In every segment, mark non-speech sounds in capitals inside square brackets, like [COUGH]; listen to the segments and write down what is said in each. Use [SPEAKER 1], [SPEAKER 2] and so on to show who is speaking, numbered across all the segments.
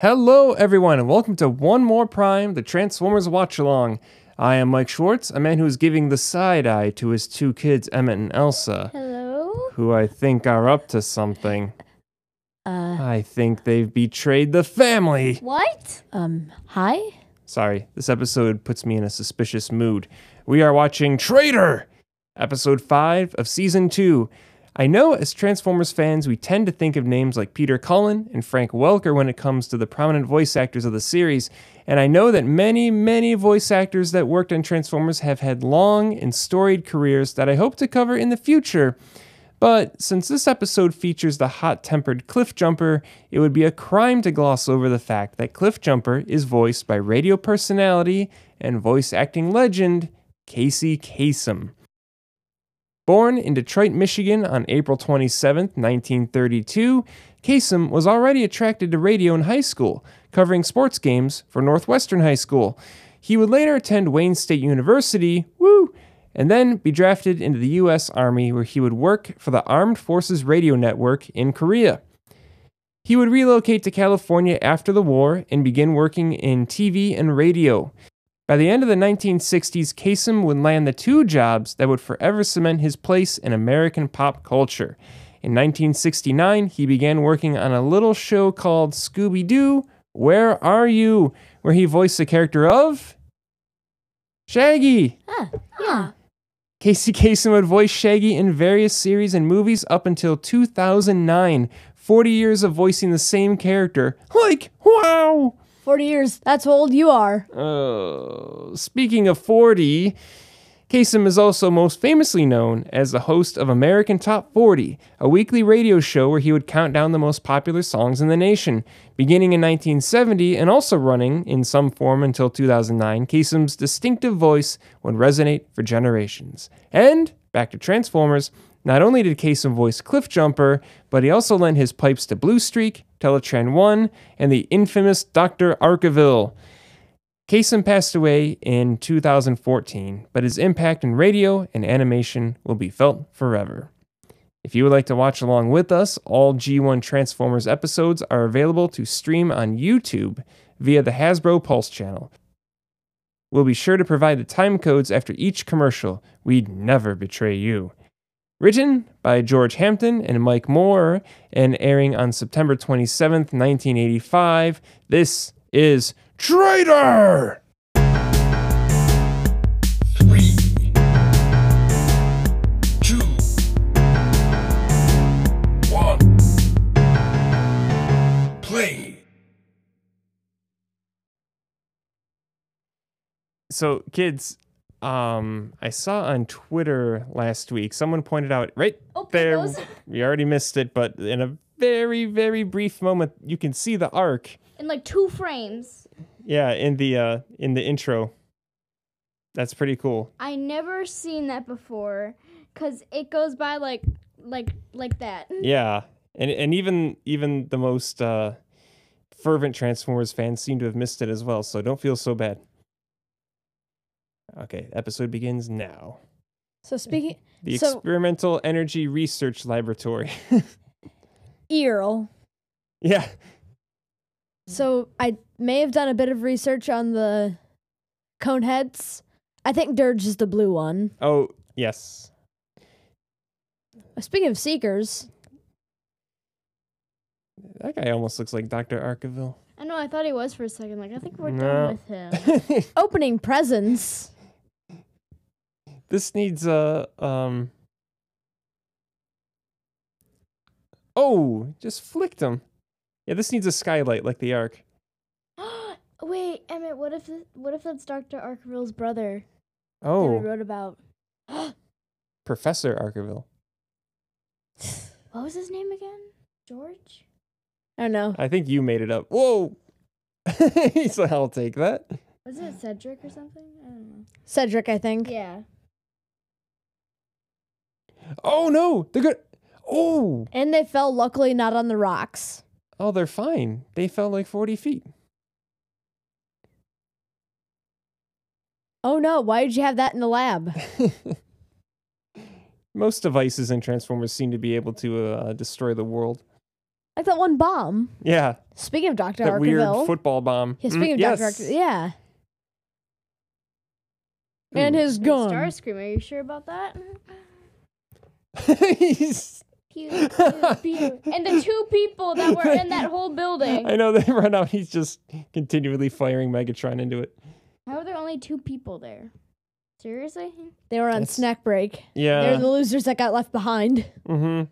[SPEAKER 1] Hello, everyone, and welcome to One More Prime, the Transformers Watch Along. I am Mike Schwartz, a man who's giving the side eye to his two kids, Emmett and Elsa,
[SPEAKER 2] Hello?
[SPEAKER 1] who I think are up to something.
[SPEAKER 2] Uh,
[SPEAKER 1] I think they've betrayed the family.
[SPEAKER 2] what? Um, hi?
[SPEAKER 1] Sorry, this episode puts me in a suspicious mood. We are watching Traitor, episode 5 of season 2. I know as Transformers fans, we tend to think of names like Peter Cullen and Frank Welker when it comes to the prominent voice actors of the series, and I know that many, many voice actors that worked on Transformers have had long and storied careers that I hope to cover in the future. But since this episode features the hot tempered Cliff Jumper, it would be a crime to gloss over the fact that Cliff Jumper is voiced by radio personality and voice acting legend Casey Kasem. Born in Detroit, Michigan on April 27, 1932, Kasem was already attracted to radio in high school, covering sports games for Northwestern High School. He would later attend Wayne State University, woo, and then be drafted into the U.S. Army, where he would work for the Armed Forces Radio Network in Korea. He would relocate to California after the war and begin working in TV and radio. By the end of the 1960s, Kasem would land the two jobs that would forever cement his place in American pop culture. In 1969, he began working on a little show called Scooby Doo, Where Are You? where he voiced the character of Shaggy.
[SPEAKER 2] Ah, Yeah.
[SPEAKER 1] Casey [LAUGHS] Kasem would voice Shaggy in various series and movies up until 2009, 40 years of voicing the same character. Like, wow!
[SPEAKER 2] 40 years. That's how old you are.
[SPEAKER 1] Uh, speaking of 40, Kasem is also most famously known as the host of American Top 40, a weekly radio show where he would count down the most popular songs in the nation. Beginning in 1970 and also running in some form until 2009, Kasem's distinctive voice would resonate for generations. And back to Transformers. Not only did Kasem voice Cliff Jumper, but he also lent his pipes to Blue Streak, Teletran 1, and the infamous Dr. Archiville. Kasem passed away in 2014, but his impact in radio and animation will be felt forever. If you would like to watch along with us, all G1 Transformers episodes are available to stream on YouTube via the Hasbro Pulse channel. We'll be sure to provide the time codes after each commercial. We'd never betray you. Written by George Hampton and Mike Moore and airing on September 27th, 1985, this is Traitor!
[SPEAKER 3] Three, two, one, play.
[SPEAKER 1] So, kids, um, I saw on Twitter last week someone pointed out right
[SPEAKER 2] Oh,
[SPEAKER 1] there.
[SPEAKER 2] those-
[SPEAKER 1] We already missed it, but in a very, very brief moment, you can see the arc.
[SPEAKER 2] In like two frames.
[SPEAKER 1] Yeah, in the uh, in the intro. That's pretty cool.
[SPEAKER 2] I never seen that before because it goes by like, like, like that.
[SPEAKER 1] Yeah, and and even even the most uh, fervent Transformers fans seem to have missed it as well. So don't feel so bad. Okay, episode begins now.
[SPEAKER 4] So speaking
[SPEAKER 1] The
[SPEAKER 4] So-
[SPEAKER 1] Experimental Energy Research Laboratory. [LAUGHS]
[SPEAKER 4] Earl,
[SPEAKER 1] yeah.
[SPEAKER 4] so I may have done a bit of research on the coneheads. I think Dirge is the blue one.
[SPEAKER 1] Oh, yes.
[SPEAKER 4] Speaking of seekers,
[SPEAKER 1] That guy almost looks like Dr. Arkaville.
[SPEAKER 2] I know, I thought he was for a second. Like, I think we're
[SPEAKER 1] No.
[SPEAKER 2] done with him. [GASPS]
[SPEAKER 4] opening presents.
[SPEAKER 1] [LAUGHS] this needs a um Oh, just flicked him. Yeah, this needs a skylight like the Ark.
[SPEAKER 2] Wait, Emmett, what if th- what if that's Dr. Arkville's brother that we
[SPEAKER 1] Oh,
[SPEAKER 2] wrote about?
[SPEAKER 1] Professor Arkaville.
[SPEAKER 2] What was his name again? George?
[SPEAKER 4] I don't know.
[SPEAKER 1] I think you made it up. Whoa. [LAUGHS] He's like, I'll take that.
[SPEAKER 2] Was it Cedric or something? I don't know.
[SPEAKER 4] Cedric, I think.
[SPEAKER 2] Yeah.
[SPEAKER 1] Oh no, they're good. Oh,
[SPEAKER 4] And they fell luckily not on the rocks.
[SPEAKER 1] oh, they're fine. They fell like forty feet.
[SPEAKER 4] Oh no, why did you have that in the lab?
[SPEAKER 1] Most devices in Transformers seem to be able to uh, destroy the world.
[SPEAKER 4] Like that one bomb.
[SPEAKER 1] Yeah,
[SPEAKER 4] Speaking of Dr.
[SPEAKER 1] that
[SPEAKER 4] Archiville.
[SPEAKER 1] weird football bomb.
[SPEAKER 4] yeah,
[SPEAKER 1] Mm,
[SPEAKER 4] speaking of
[SPEAKER 1] yes.
[SPEAKER 4] Dr. Archiville. Yeah. And
[SPEAKER 1] Ooh.
[SPEAKER 4] his gun.
[SPEAKER 2] Starscream, are you sure
[SPEAKER 1] [LAUGHS]
[SPEAKER 2] about that?
[SPEAKER 1] He's-
[SPEAKER 2] Pew, pew, pew. And the two people that were in that whole
[SPEAKER 1] [LAUGHS]
[SPEAKER 2] building.
[SPEAKER 1] I know they run out. He's just continually firing Megatron into it.
[SPEAKER 2] How are there only two people there? Seriously?
[SPEAKER 4] They were on
[SPEAKER 1] That's-
[SPEAKER 4] snack break. They're
[SPEAKER 1] Yeah.
[SPEAKER 4] the losers that got left behind.
[SPEAKER 1] Mm-hmm.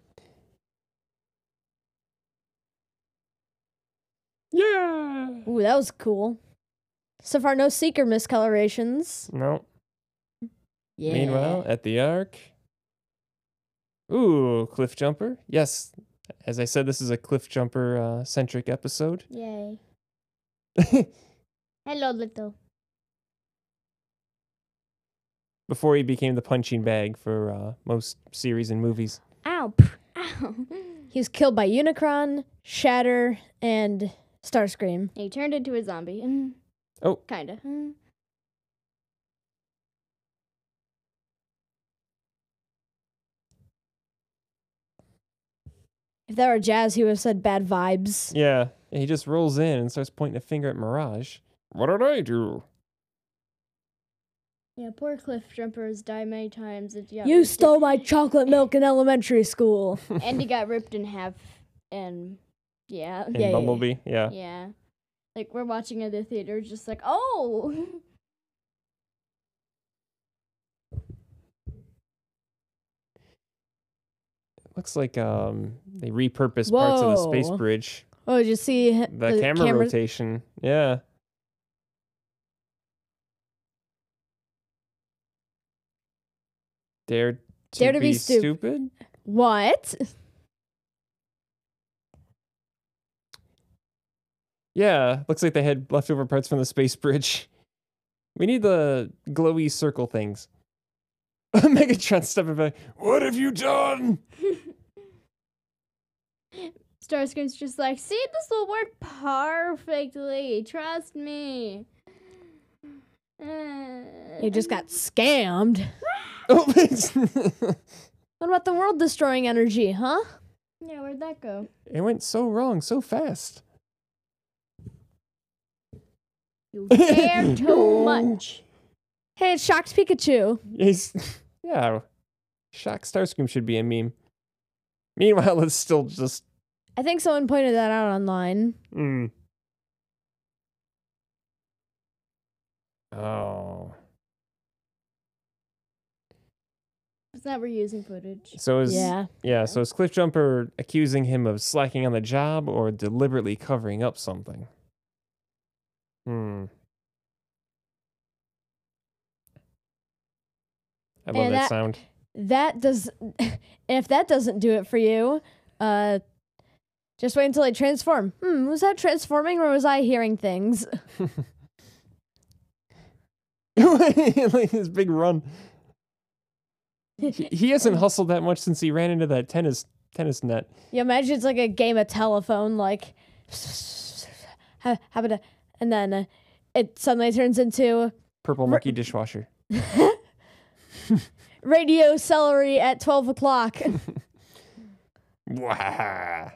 [SPEAKER 1] Yeah.
[SPEAKER 4] Ooh, that was cool. So far, no seeker miscolorations.
[SPEAKER 1] No.
[SPEAKER 4] Yeah.
[SPEAKER 1] Meanwhile, at the arc. Ooh, cliff jumper. Yes. As I said, this is a cliff jumper uh, centric episode. [LAUGHS]
[SPEAKER 2] Yay. Hello, little.
[SPEAKER 1] Before he became the punching bag for uh, most series and movies.
[SPEAKER 2] Ow. pff, Ow.
[SPEAKER 4] he was killed by Unicron, Shatter, and Starscream.
[SPEAKER 2] [LAUGHS] He turned into a zombie. Mm.
[SPEAKER 1] Oh.
[SPEAKER 2] Kinda. Mm.
[SPEAKER 4] If that were Jazz, he would have said bad vibes.
[SPEAKER 1] Yeah. And he just rolls in and starts pointing a finger at Mirage. What did I do?
[SPEAKER 2] Yeah, poor Cliff Jumpers die many times. It, yeah,
[SPEAKER 4] You
[SPEAKER 2] ripped-
[SPEAKER 4] stole my chocolate milk in elementary school.
[SPEAKER 2] [LAUGHS] And he got ripped in half. And yeah.
[SPEAKER 1] In
[SPEAKER 4] Yeah, yeah, yeah.
[SPEAKER 1] Bumblebee. Yeah.
[SPEAKER 2] Yeah. Like we're watching at the theater, just like, oh. [LAUGHS]
[SPEAKER 1] Looks like um, they repurposed parts of the space
[SPEAKER 4] Whoa.
[SPEAKER 1] bridge.
[SPEAKER 4] Oh, did you see h-
[SPEAKER 1] The, camera rotation. Yeah. Dare to,
[SPEAKER 4] Dare
[SPEAKER 1] be,
[SPEAKER 4] stup-
[SPEAKER 1] stupid.
[SPEAKER 4] What?
[SPEAKER 1] Yeah, looks like they had leftover parts from the space [LAUGHS] bridge. We need the glowy circle things. [LAUGHS] Megatron stepping back. What have you done? [LAUGHS]
[SPEAKER 2] Starscream's just like, see, this will work perfectly. Trust me.
[SPEAKER 4] You just got scammed.
[SPEAKER 1] Oh, thanks. it
[SPEAKER 4] What about the world destroying energy, huh?
[SPEAKER 2] Yeah, where'd that go?
[SPEAKER 1] went so wrong so fast.
[SPEAKER 2] [LAUGHS] You care too much.
[SPEAKER 4] Hey, it shocked Pikachu.
[SPEAKER 1] He's [LAUGHS] yeah. Shock Starscream should be a meme. Meanwhile, it's still just
[SPEAKER 4] I think someone pointed that out online.
[SPEAKER 1] Mm. Oh.
[SPEAKER 2] It's not reusing footage.
[SPEAKER 1] So is yeah.
[SPEAKER 4] Yeah.
[SPEAKER 1] so is Cliff Jumper accusing him of slacking on the job or deliberately covering up something? Hmm. I love
[SPEAKER 4] And
[SPEAKER 1] that
[SPEAKER 4] that-
[SPEAKER 1] sound. [LAUGHS]
[SPEAKER 4] That does. [LAUGHS] and if that doesn't do it for you, uh, just wait until they transform. Hmm, was that transforming or was I hearing things? [LAUGHS]
[SPEAKER 1] like his big run. He- He hasn't hustled that much since he ran into that tennis tennis net.
[SPEAKER 4] You imagine it's like a game of telephone, like [LAUGHS] ha- happened, to- and then uh, it suddenly turns into
[SPEAKER 1] Purple
[SPEAKER 4] Ri-
[SPEAKER 1] monkey dishwasher.
[SPEAKER 4] radio celery at twelve o'clock. [LAUGHS]
[SPEAKER 1] Wah.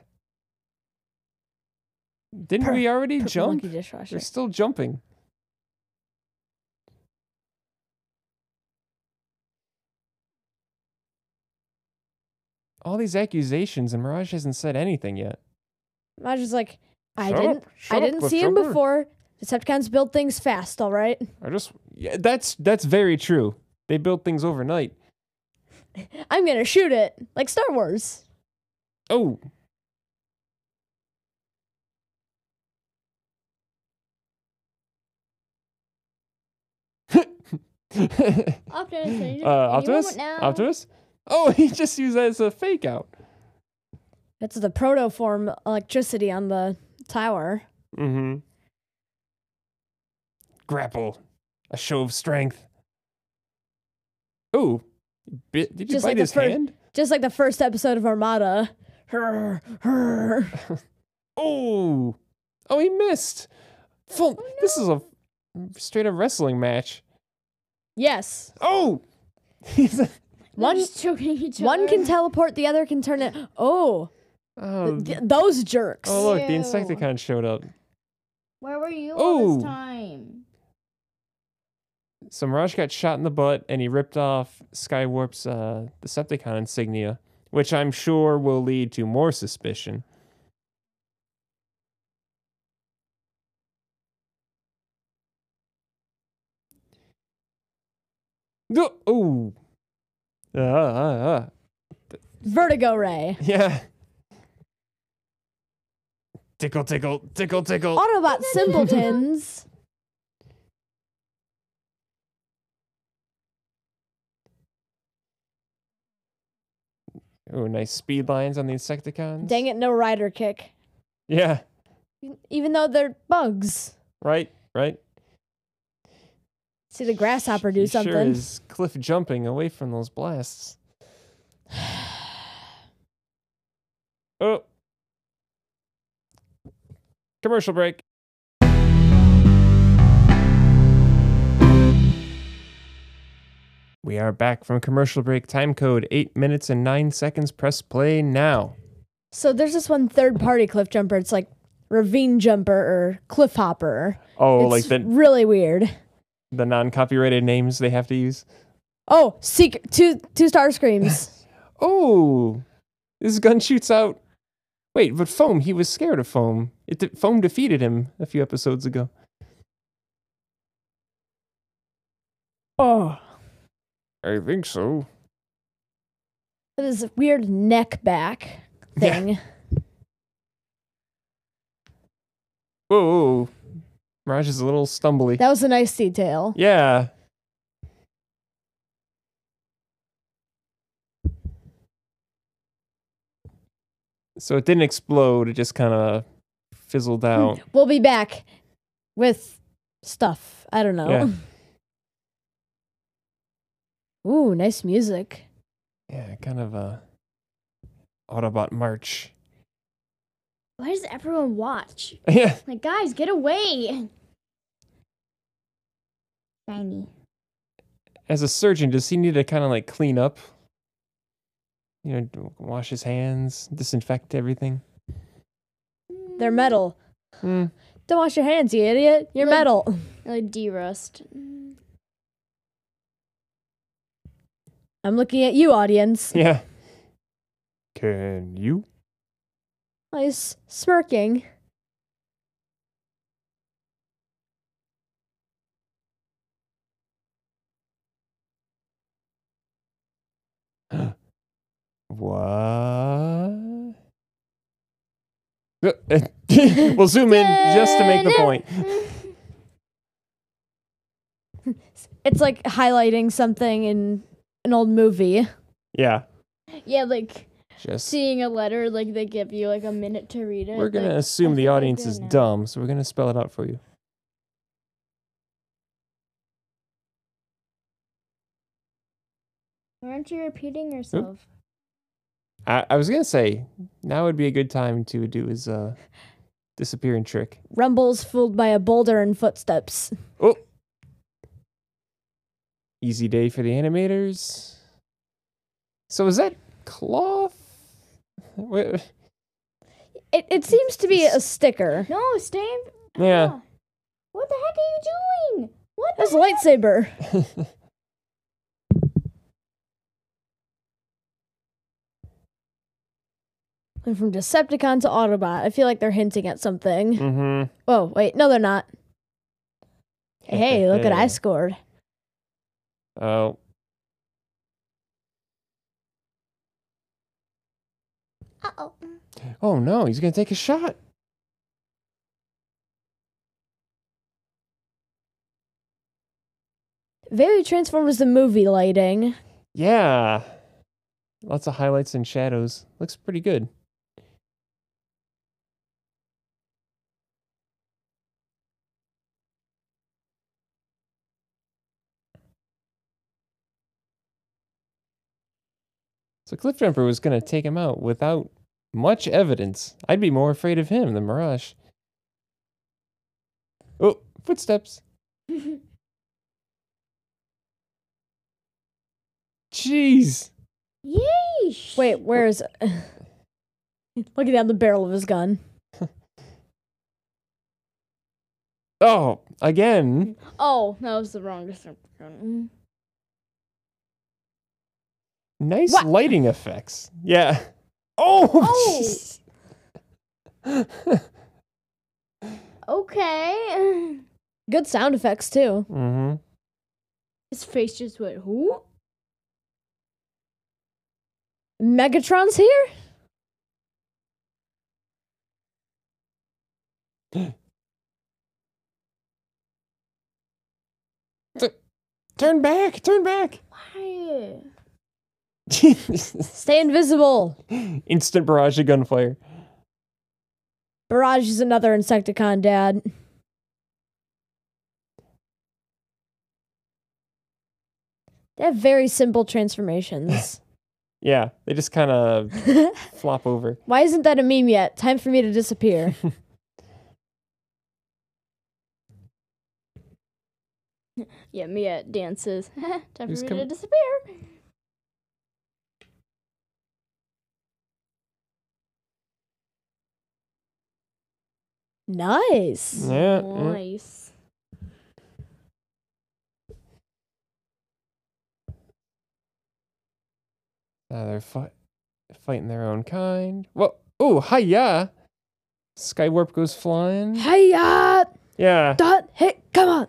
[SPEAKER 1] Didn't we already
[SPEAKER 4] Purple
[SPEAKER 1] jump?
[SPEAKER 4] monkey dishwasher.
[SPEAKER 1] They're still jumping. All these accusations, and Mirage hasn't said anything yet.
[SPEAKER 4] Imagine like I
[SPEAKER 1] Shut up,
[SPEAKER 4] didn't,
[SPEAKER 1] shut
[SPEAKER 4] I
[SPEAKER 1] up,
[SPEAKER 4] didn't
[SPEAKER 1] Cliff
[SPEAKER 4] see him
[SPEAKER 1] Jumper.
[SPEAKER 4] before. Decepticons build things fast, all right.
[SPEAKER 1] I just yeah, that's that's very true. They build things overnight.
[SPEAKER 4] I'm gonna shoot it like Star Wars.
[SPEAKER 1] Oh,
[SPEAKER 2] Optimus, are you,
[SPEAKER 1] [LAUGHS] uh,
[SPEAKER 2] are you home
[SPEAKER 1] Optimus,
[SPEAKER 2] now?
[SPEAKER 1] Optimus. Oh, [LAUGHS] he just used that as a fake out.
[SPEAKER 4] That's the protoform electricity on the tower.
[SPEAKER 1] Mm-hmm. Grapple. A show of strength. Ooh. Bit, did you
[SPEAKER 4] Just
[SPEAKER 1] bite
[SPEAKER 4] like the
[SPEAKER 1] his
[SPEAKER 4] fir-
[SPEAKER 1] hand?
[SPEAKER 4] Just like the first episode of Armada. Hurr, hurr.
[SPEAKER 1] Oh. Oh, he missed. Full. This is a straight up wrestling match.
[SPEAKER 4] Yes.
[SPEAKER 1] Oh. He's a-
[SPEAKER 2] They're
[SPEAKER 4] One-
[SPEAKER 2] just choking each
[SPEAKER 4] One
[SPEAKER 2] other.
[SPEAKER 4] can teleport, the other can turn it. Oh,
[SPEAKER 1] Oh,
[SPEAKER 4] Th- those jerks.
[SPEAKER 1] oh look, the
[SPEAKER 2] Ew.
[SPEAKER 1] Insecticon showed up.
[SPEAKER 2] Where were you all
[SPEAKER 1] Oh.
[SPEAKER 2] this time?
[SPEAKER 1] So Mirage got shot in the butt and he ripped off Skywarp's uh, Decepticon insignia, which I'm sure will lead to more suspicion. No- Oh, uh, uh, uh.
[SPEAKER 4] Vertigo Ray.
[SPEAKER 1] yeah. Tickle, tickle, tickle, tickle.
[SPEAKER 4] Autobot
[SPEAKER 1] [LAUGHS]
[SPEAKER 4] simpletons.
[SPEAKER 1] Oh, nice speed lines on the Insecticons.
[SPEAKER 4] Dang it, no rider kick.
[SPEAKER 1] Yeah,
[SPEAKER 4] Even though they're bugs.
[SPEAKER 1] right, right.
[SPEAKER 4] See the grasshopper
[SPEAKER 1] He
[SPEAKER 4] do
[SPEAKER 1] Sure
[SPEAKER 4] something.
[SPEAKER 1] is cliff jumping away from those blasts. [SIGHS] Oh. Commercial break. We are back from commercial break. Time code 8 minutes and 9 seconds. Press play now.
[SPEAKER 4] so there's this one third party cliff jumper. It's like ravine jumper or cliff hopper.
[SPEAKER 1] Oh,
[SPEAKER 4] it's
[SPEAKER 1] like the,
[SPEAKER 4] really weird.
[SPEAKER 1] the non copyrighted names they have to use?
[SPEAKER 4] Oh, secret two two star screams.
[SPEAKER 1] Oh, this gun shoots out. Wait, but foam. He was scared of foam. It de- foam defeated him a few episodes ago.
[SPEAKER 4] oh.
[SPEAKER 1] I think so.
[SPEAKER 4] This weird neck back
[SPEAKER 1] Yeah.
[SPEAKER 4] thing.
[SPEAKER 1] Whoa, whoa, whoa. Mirage is a little stumbly.
[SPEAKER 4] That was a nice detail.
[SPEAKER 1] yeah. So it didn't explode. It just kind of fizzled out.
[SPEAKER 4] We'll be back with stuff. I don't know. [LAUGHS] Ooh, nice music.
[SPEAKER 1] Yeah, kind of a Autobot march. [LAUGHS]
[SPEAKER 2] Why does everyone watch?
[SPEAKER 1] Yeah.
[SPEAKER 2] Like, guys, get away! Shiny.
[SPEAKER 1] as a surgeon, does he need to kind of like clean up? You know, d- wash his hands, disinfect everything.
[SPEAKER 4] They're metal.
[SPEAKER 1] Hmm.
[SPEAKER 4] Don't wash your hands, you idiot. You're
[SPEAKER 2] Like-
[SPEAKER 4] metal. [LAUGHS]
[SPEAKER 2] Mm. Like [LAUGHS] derust.
[SPEAKER 4] I'm looking at you, audience.
[SPEAKER 1] Yeah. Can you?
[SPEAKER 4] Nice smirking.
[SPEAKER 1] What? Uh, [LAUGHS] we'll zoom in just to make the point.
[SPEAKER 4] It's like highlighting something in an old movie.
[SPEAKER 1] Yeah.
[SPEAKER 2] Yeah, like
[SPEAKER 1] Just
[SPEAKER 2] seeing a letter, like they give you like a minute to read it.
[SPEAKER 1] we're gonna
[SPEAKER 2] like,
[SPEAKER 1] assume
[SPEAKER 2] I
[SPEAKER 1] the
[SPEAKER 2] think I
[SPEAKER 1] audience
[SPEAKER 2] do
[SPEAKER 1] is
[SPEAKER 2] now.
[SPEAKER 1] dumb, so we're gonna spell it out for you.
[SPEAKER 2] Aren't you repeating yourself?
[SPEAKER 1] I, I was gonna say now would be a good time to do his uh, disappearing trick.
[SPEAKER 4] Rumbles fooled by a boulder and footsteps.
[SPEAKER 1] Oh. Easy day for the animators. So is that cloth? [LAUGHS] Wait, wait,
[SPEAKER 4] It, it seems to be a sticker.
[SPEAKER 2] No, stay. In-
[SPEAKER 1] Yeah.
[SPEAKER 2] Ah. What the heck are you doing? What the
[SPEAKER 4] That's a
[SPEAKER 2] heck?
[SPEAKER 4] lightsaber. And from Decepticon to Autobot. I feel like they're hinting at something.
[SPEAKER 1] mm-hmm.
[SPEAKER 4] Oh, wait. No, they're not. Hey, look what I scored.
[SPEAKER 1] Oh.
[SPEAKER 2] Uh oh.
[SPEAKER 1] Oh no, he's gonna take a shot.
[SPEAKER 4] Very Transformers the movie lighting.
[SPEAKER 1] Yeah. Lots of highlights and shadows. Looks pretty good. So Cliff Jumper was going to take him out without much evidence. I'd be more afraid of him than Mirage. Oh, footsteps. Jeez.
[SPEAKER 4] [LAUGHS]
[SPEAKER 2] Yeesh.
[SPEAKER 4] Wait, where is Looking down the barrel of his gun.
[SPEAKER 1] Oh, again.
[SPEAKER 2] Oh, that was the wrong description.
[SPEAKER 1] Nice
[SPEAKER 4] What?
[SPEAKER 1] lighting effects. Yeah. [LAUGHS] Oh. jeez. [LAUGHS]
[SPEAKER 2] Okay. [LAUGHS]
[SPEAKER 4] Good sound effects too.
[SPEAKER 1] Mhm.
[SPEAKER 2] His face just went, who?
[SPEAKER 4] Megatron's here.
[SPEAKER 1] Turn back. Turn back. [LAUGHS]
[SPEAKER 2] Why?
[SPEAKER 4] Stay invisible.
[SPEAKER 1] Instant barrage of gunfire.
[SPEAKER 4] Barrage is another Insecticon dad. They have very simple transformations. [LAUGHS]
[SPEAKER 1] Yeah, they just kind of flop over.
[SPEAKER 4] Why isn't that a meme yet? Time for me
[SPEAKER 1] [LAUGHS]
[SPEAKER 4] to disappear.
[SPEAKER 2] Yeah, Mia dances. [LAUGHS] Time for
[SPEAKER 1] Who's
[SPEAKER 2] me to
[SPEAKER 1] coming?
[SPEAKER 2] disappear.
[SPEAKER 4] nice.
[SPEAKER 1] Yeah. yeah.
[SPEAKER 2] Nice.
[SPEAKER 1] Uh, they're fi- fighting their own kind. Well, oh, hiya! Skywarp goes
[SPEAKER 4] [GASPS]
[SPEAKER 1] flying.
[SPEAKER 4] Hiya!
[SPEAKER 1] Yeah.
[SPEAKER 4] Dot! Hey, come on!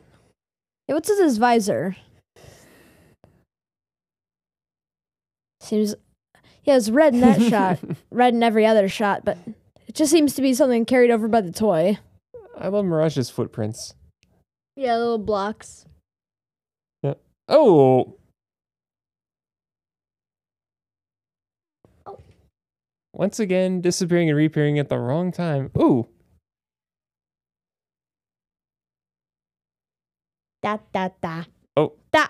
[SPEAKER 4] Hey, what's with his visor? Seems. Yeah, it's red
[SPEAKER 1] [LAUGHS]
[SPEAKER 4] in that shot, red in every other shot, but it just seems to be something carried over by the toy.
[SPEAKER 1] I love Mirage's footprints.
[SPEAKER 2] Yeah, little blocks.
[SPEAKER 1] Oh.
[SPEAKER 2] Oh.
[SPEAKER 1] Once again, disappearing and reappearing at the wrong time. Ooh.
[SPEAKER 4] Da da da.
[SPEAKER 1] Oh.
[SPEAKER 4] Da.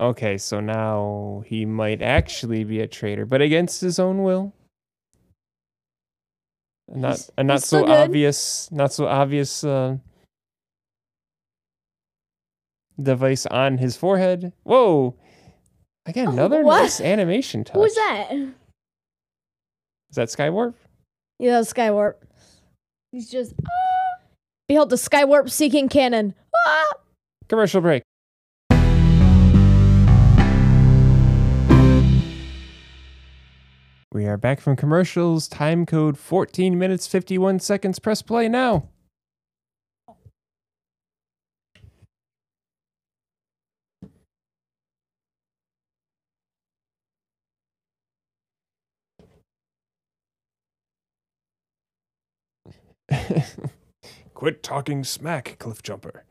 [SPEAKER 1] Okay, so now he might actually be a traitor, but against his own will. And Not
[SPEAKER 4] He's-
[SPEAKER 1] a not
[SPEAKER 4] he's
[SPEAKER 1] so
[SPEAKER 4] still good.
[SPEAKER 1] obvious, not so obvious uh, device on his forehead. Whoa! Again,
[SPEAKER 2] Oh,
[SPEAKER 1] another
[SPEAKER 2] what?
[SPEAKER 1] nice animation touch.
[SPEAKER 2] Who was that?
[SPEAKER 1] Is that Skywarp?
[SPEAKER 4] Yeah, that was Skywarp.
[SPEAKER 2] He's just, [LAUGHS]
[SPEAKER 4] Behold the Skywarp seeking cannon. Ah!
[SPEAKER 1] Commercial break. We are back from commercials. Time code 14 minutes 51 seconds. Press play now. [LAUGHS]
[SPEAKER 3] Quit talking smack, Cliffjumper.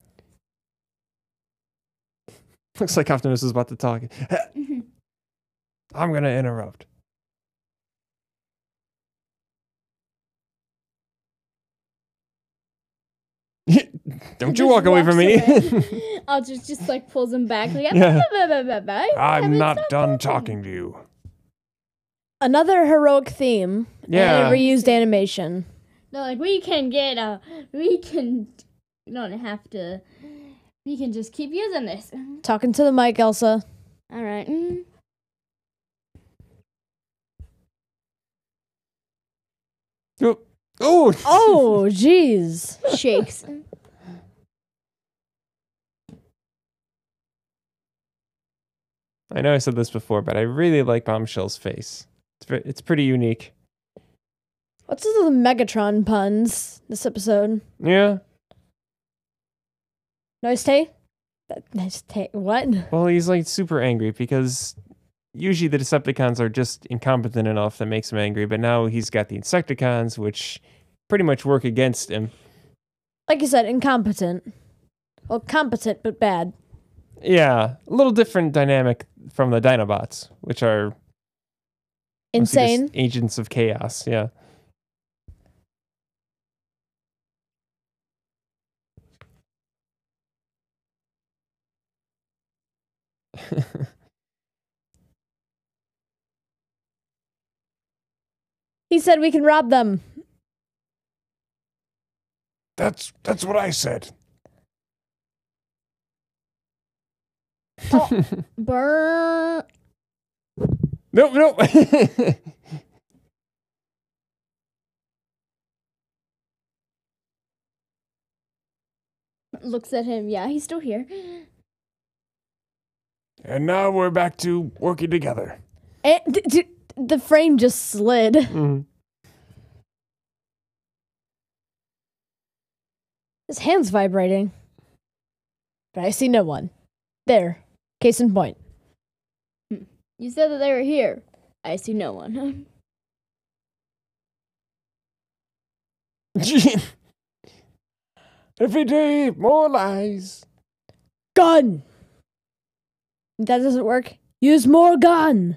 [SPEAKER 1] [LAUGHS] Looks like Optimus is about to talk. I'm going to interrupt. [LAUGHS] Don't you
[SPEAKER 2] just
[SPEAKER 1] walk away from
[SPEAKER 2] walks
[SPEAKER 1] me. [LAUGHS]
[SPEAKER 2] away. oh, just, just like pulls him back. Like, [LAUGHS]
[SPEAKER 1] Yeah.
[SPEAKER 3] I'm not done talking to you.
[SPEAKER 4] Another heroic theme. and
[SPEAKER 1] yeah.
[SPEAKER 4] a reused animation.
[SPEAKER 2] No, like we can get a, we can, we don't have to, we can just keep using this.
[SPEAKER 4] Talking to the
[SPEAKER 1] [LAUGHS]
[SPEAKER 4] mic, Elsa.
[SPEAKER 2] [LAUGHS] All right. [LAUGHS] Mm.
[SPEAKER 1] Oh. Oh.
[SPEAKER 4] Oh, jeez.
[SPEAKER 2] Shakes.
[SPEAKER 1] [LAUGHS] I know I said this before, but I really like Bombshell's face. It's ve- it's pretty unique.
[SPEAKER 4] What's with the Megatron puns this episode?
[SPEAKER 1] Yeah.
[SPEAKER 4] Nice tay? Nice tay. What?
[SPEAKER 1] Well, he's like super angry because usually the Decepticons are just incompetent enough that makes him angry, but now he's got the Insecticons, which pretty much work against him.
[SPEAKER 4] Like you said, incompetent. Well, competent, but bad.
[SPEAKER 1] Yeah, a little different dynamic from the Dinobots, which are mostly just
[SPEAKER 4] Insane.
[SPEAKER 1] agents of chaos. Yeah. [LAUGHS]
[SPEAKER 4] He said we can rob them.
[SPEAKER 3] That's that's what I said.
[SPEAKER 2] Burr.
[SPEAKER 1] No, no.
[SPEAKER 2] [LAUGHS]
[SPEAKER 1] [LAUGHS]
[SPEAKER 2] Looks at him. Yeah, he's still here.
[SPEAKER 3] And now we're back to working together.
[SPEAKER 4] And Eh, d- d- the frame just
[SPEAKER 3] [LAUGHS]
[SPEAKER 4] slid.
[SPEAKER 1] Mhm.
[SPEAKER 4] His hand's vibrating. But I see no one. There. Case in point.
[SPEAKER 2] You said that they were here. I see no one. [LAUGHS]
[SPEAKER 3] Every day, more lies.
[SPEAKER 4] Gun! If that doesn't work, use more gun!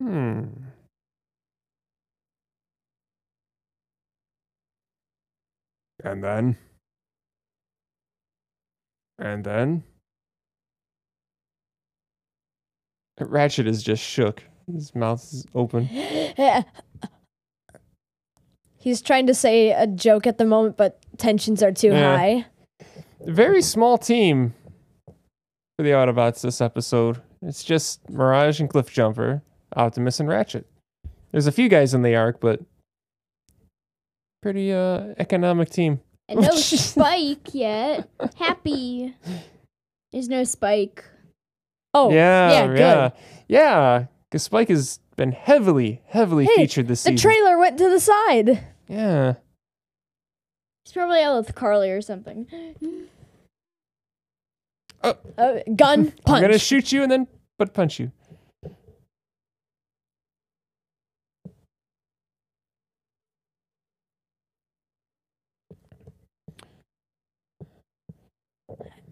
[SPEAKER 1] Hmm.
[SPEAKER 3] And then. And then.
[SPEAKER 1] Ratchet is just shook. His mouth is open.
[SPEAKER 4] He's trying to say a joke at the moment, but tensions are too
[SPEAKER 1] Yeah.
[SPEAKER 4] high.
[SPEAKER 1] Very small team for the Autobots this episode. It's just Mirage and Cliffjumper, Optimus and Ratchet. There's a few guys in the arc, but pretty uh economic team.
[SPEAKER 2] And [LAUGHS] no spike yet. Happy. There's no spike.
[SPEAKER 4] Oh, yeah,
[SPEAKER 1] yeah,
[SPEAKER 4] good.
[SPEAKER 1] yeah, yeah. Because Spike has been heavily, heavily
[SPEAKER 4] Hey,
[SPEAKER 1] featured this
[SPEAKER 4] The
[SPEAKER 1] season.
[SPEAKER 4] trailer went to the side.
[SPEAKER 1] yeah.
[SPEAKER 2] He's probably out with Carly or [LAUGHS] something.
[SPEAKER 4] Uh, gun, punch.
[SPEAKER 1] [LAUGHS] I'm gonna shoot you and then but punch you.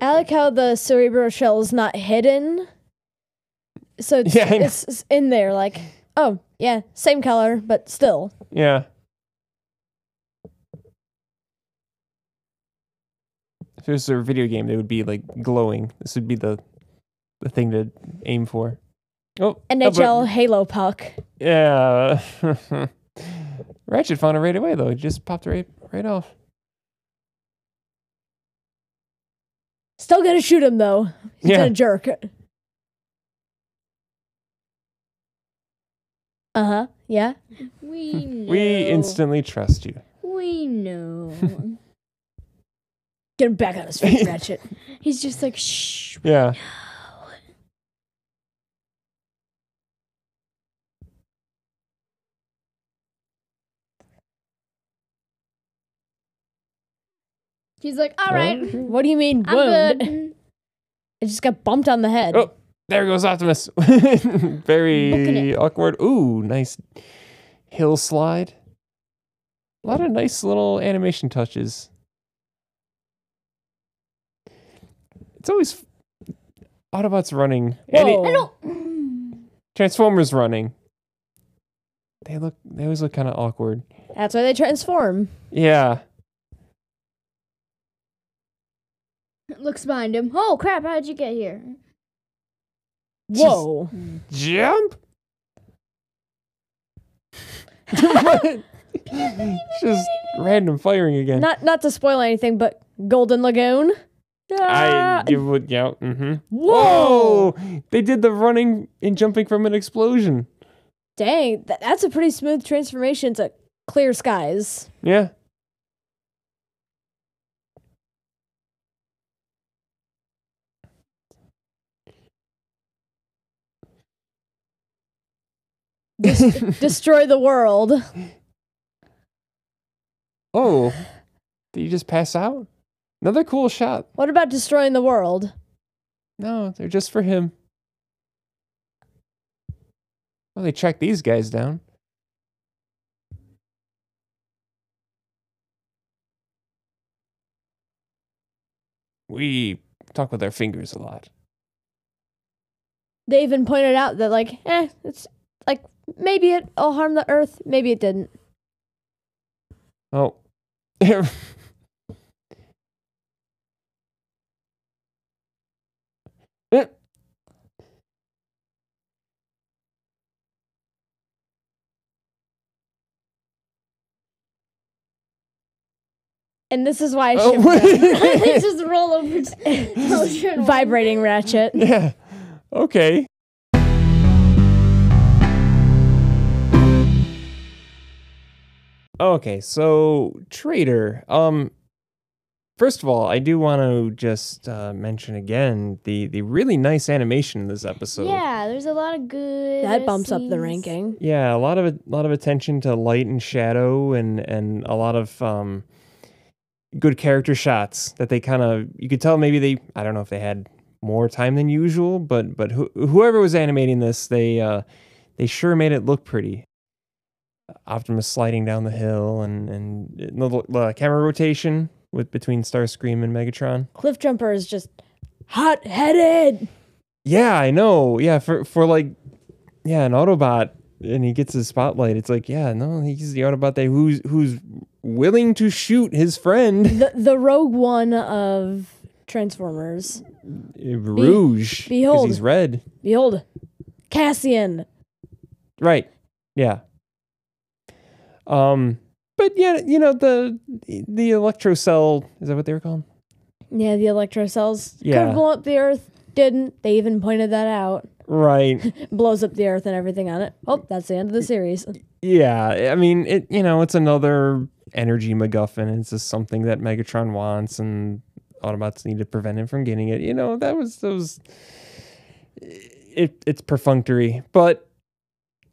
[SPEAKER 4] I like how the cerebral shell is not hidden. So it's,
[SPEAKER 1] Yeah, I know.
[SPEAKER 4] it's, it's in there, like, oh, yeah, same color, but still.
[SPEAKER 1] Yeah. If it was a video game, they would be like glowing. This would be the the thing to aim for. Oh, a
[SPEAKER 4] NHL
[SPEAKER 1] button.
[SPEAKER 4] Halo Puck.
[SPEAKER 1] Yeah. [LAUGHS] Ratchet found it right away though. It just popped right right off.
[SPEAKER 4] Still gonna shoot him, though. He's
[SPEAKER 1] Yeah.
[SPEAKER 4] gonna jerk. Uh huh. Yeah.
[SPEAKER 2] We know.
[SPEAKER 1] We instantly trust you.
[SPEAKER 2] We know. [LAUGHS]
[SPEAKER 4] Get him back on his
[SPEAKER 1] [LAUGHS]
[SPEAKER 4] feet, Ratchet.
[SPEAKER 2] He's just like, shh.
[SPEAKER 1] Yeah.
[SPEAKER 2] He's like, all right.
[SPEAKER 4] What do you mean,
[SPEAKER 2] I'm
[SPEAKER 4] wound?
[SPEAKER 2] good.
[SPEAKER 4] [LAUGHS] It just got bumped on the head.
[SPEAKER 1] Oh, there goes Optimus. [LAUGHS]
[SPEAKER 2] Booking
[SPEAKER 1] Very
[SPEAKER 2] it.
[SPEAKER 1] awkward. Ooh, nice hill slide. A lot of nice little animation touches. It's always Autobots running. Any-
[SPEAKER 4] Whoa.
[SPEAKER 2] [LAUGHS]
[SPEAKER 1] Transformers running. They look. They always look kind of awkward.
[SPEAKER 4] That's why they transform.
[SPEAKER 1] Yeah.
[SPEAKER 2] Looks behind him. Oh, crap. How'd you get here? [LAUGHS]
[SPEAKER 1] Just-
[SPEAKER 4] Whoa.
[SPEAKER 1] [LAUGHS] Jump. [LAUGHS] What? Just random firing again.
[SPEAKER 4] Not not to spoil anything, but Golden Lagoon.
[SPEAKER 1] I Oh.
[SPEAKER 4] Ah,
[SPEAKER 1] you would yeah. Mm-hmm.
[SPEAKER 4] Whoa!
[SPEAKER 1] They did the running and jumping from an explosion.
[SPEAKER 4] Dang, that, that's a pretty smooth transformation to clear skies.
[SPEAKER 1] Yeah.
[SPEAKER 4] Destroy the world.
[SPEAKER 1] [LAUGHS] Oh, did you just pass out? Another cool shot.
[SPEAKER 4] What about destroying the world?
[SPEAKER 1] No, they're just for him. Well, they tracked these guys down. We talk with our fingers a lot.
[SPEAKER 4] They even pointed out that like, eh, it's like maybe it'll harm the earth, maybe it didn't.
[SPEAKER 1] Oh. [LAUGHS]
[SPEAKER 4] And this is why I
[SPEAKER 1] Oh,
[SPEAKER 4] shipped [LAUGHS] this.
[SPEAKER 2] They just roll
[SPEAKER 4] [LAUGHS]
[SPEAKER 2] over. to- Children.
[SPEAKER 4] vibrating ratchet.
[SPEAKER 1] yeah. Okay. Okay, so trader. Um, first of all, I do want to just uh, mention again the the really nice animation in this episode.
[SPEAKER 2] Yeah, there's a lot of good.
[SPEAKER 4] [LAUGHS] That bumps up the eh?
[SPEAKER 2] scenes.
[SPEAKER 4] ranking.
[SPEAKER 1] Yeah, a lot of a lot of attention to light and shadow, and and a lot of um, good character shots that they kind of you could tell maybe they I don't know if they had more time than usual, but but who, whoever was animating this, they uh, they sure made it look pretty. Optimus sliding down the hill, and and uh, the, the the camera rotation with between Starscream and Megatron.
[SPEAKER 4] Cliff Jumper is just hot headed.
[SPEAKER 1] Yeah, I know. Yeah, for for like, yeah, an Autobot, and he gets his spotlight. It's like, yeah, no, he's the Autobot that who's who's willing to shoot his friend eh,
[SPEAKER 4] The the Rogue One of Transformers.
[SPEAKER 1] Eh, Rouge because
[SPEAKER 4] behold.
[SPEAKER 1] he's red,
[SPEAKER 4] Behold, Cassian.
[SPEAKER 1] right? Yeah. Um, but yeah, you know the the electrocell is that what they were called?
[SPEAKER 4] Yeah, the electro cells could
[SPEAKER 1] Yeah.
[SPEAKER 4] have blown up the Earth. Didn't. They even pointed that out.
[SPEAKER 1] Right.
[SPEAKER 4] Blows up the Earth and everything on it. Oh, that's the end of the series.
[SPEAKER 1] Yeah, I mean, it you know, it's another energy MacGuffin. It's just something that Megatron wants, and Autobots need to prevent him from getting it. You know, that was those. It it's perfunctory, but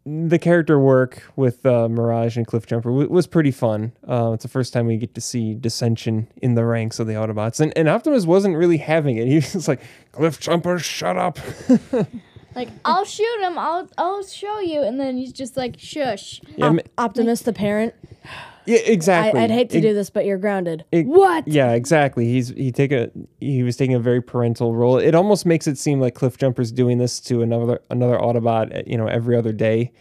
[SPEAKER 1] the character work with uh, Mirage and Cliffjumper w- was pretty fun. Uh, it's the first time we get to see dissension in the ranks of the Autobots, and and Optimus wasn't really having it. [LAUGHS] He was just like, "Cliffjumper, shut up."
[SPEAKER 4] Ah.
[SPEAKER 2] Like I'll shoot him. I'll I'll show you. And then he's just like shush.
[SPEAKER 1] yeah, ma-
[SPEAKER 4] Op- Optimus the parent.
[SPEAKER 1] yeah,
[SPEAKER 4] I,
[SPEAKER 1] exactly.
[SPEAKER 4] I'd hate to
[SPEAKER 1] Ex-
[SPEAKER 4] do this, but you're grounded.
[SPEAKER 1] it-
[SPEAKER 4] what?
[SPEAKER 1] Yeah, exactly. He's he take a he was taking a very parental role. It almost makes it seem like Cliff Jumper's doing this to another another Autobot, uh, you know, every other day.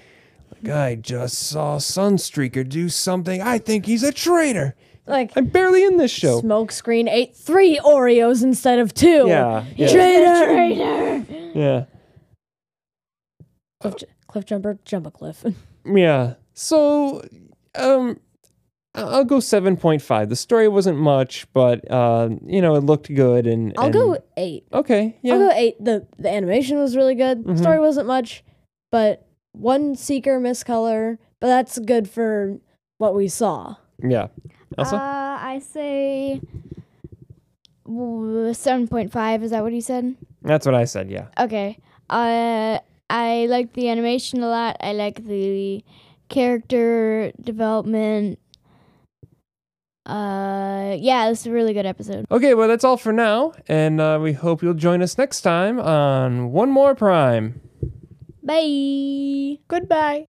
[SPEAKER 1] Like I just saw Sunstreaker do something. I think he's a traitor.
[SPEAKER 4] Like
[SPEAKER 1] I'm barely in this show.
[SPEAKER 4] smoke screen ate three Oreos instead of two.
[SPEAKER 1] Yeah, yeah.
[SPEAKER 4] Traitor.
[SPEAKER 1] yeah,
[SPEAKER 4] Cliff, ju- cliff jumper, jump a cliff. [LAUGHS]
[SPEAKER 1] yeah. So, um, I- I'll go seven point five. The story wasn't much, but uh, you know, it looked good, and
[SPEAKER 4] I'll
[SPEAKER 1] and-
[SPEAKER 4] go eight.
[SPEAKER 1] Okay, yeah,
[SPEAKER 4] I'll go eight. eh, The the animation was really good.
[SPEAKER 1] Mhm.
[SPEAKER 4] Story wasn't much, but one seeker miscolor, but that's good for what we saw.
[SPEAKER 1] yeah. Elsa,
[SPEAKER 2] Uh, I say seven point five. Is that what he said?
[SPEAKER 1] that's what I said. Yeah.
[SPEAKER 2] Okay. Uh, I like the animation a lot. I like the character development. Uh, yeah, this is a really good episode.
[SPEAKER 1] Okay, well, that's all for now, and uh, we hope you'll join us next time on One More Prime.
[SPEAKER 2] Bye.
[SPEAKER 4] Goodbye.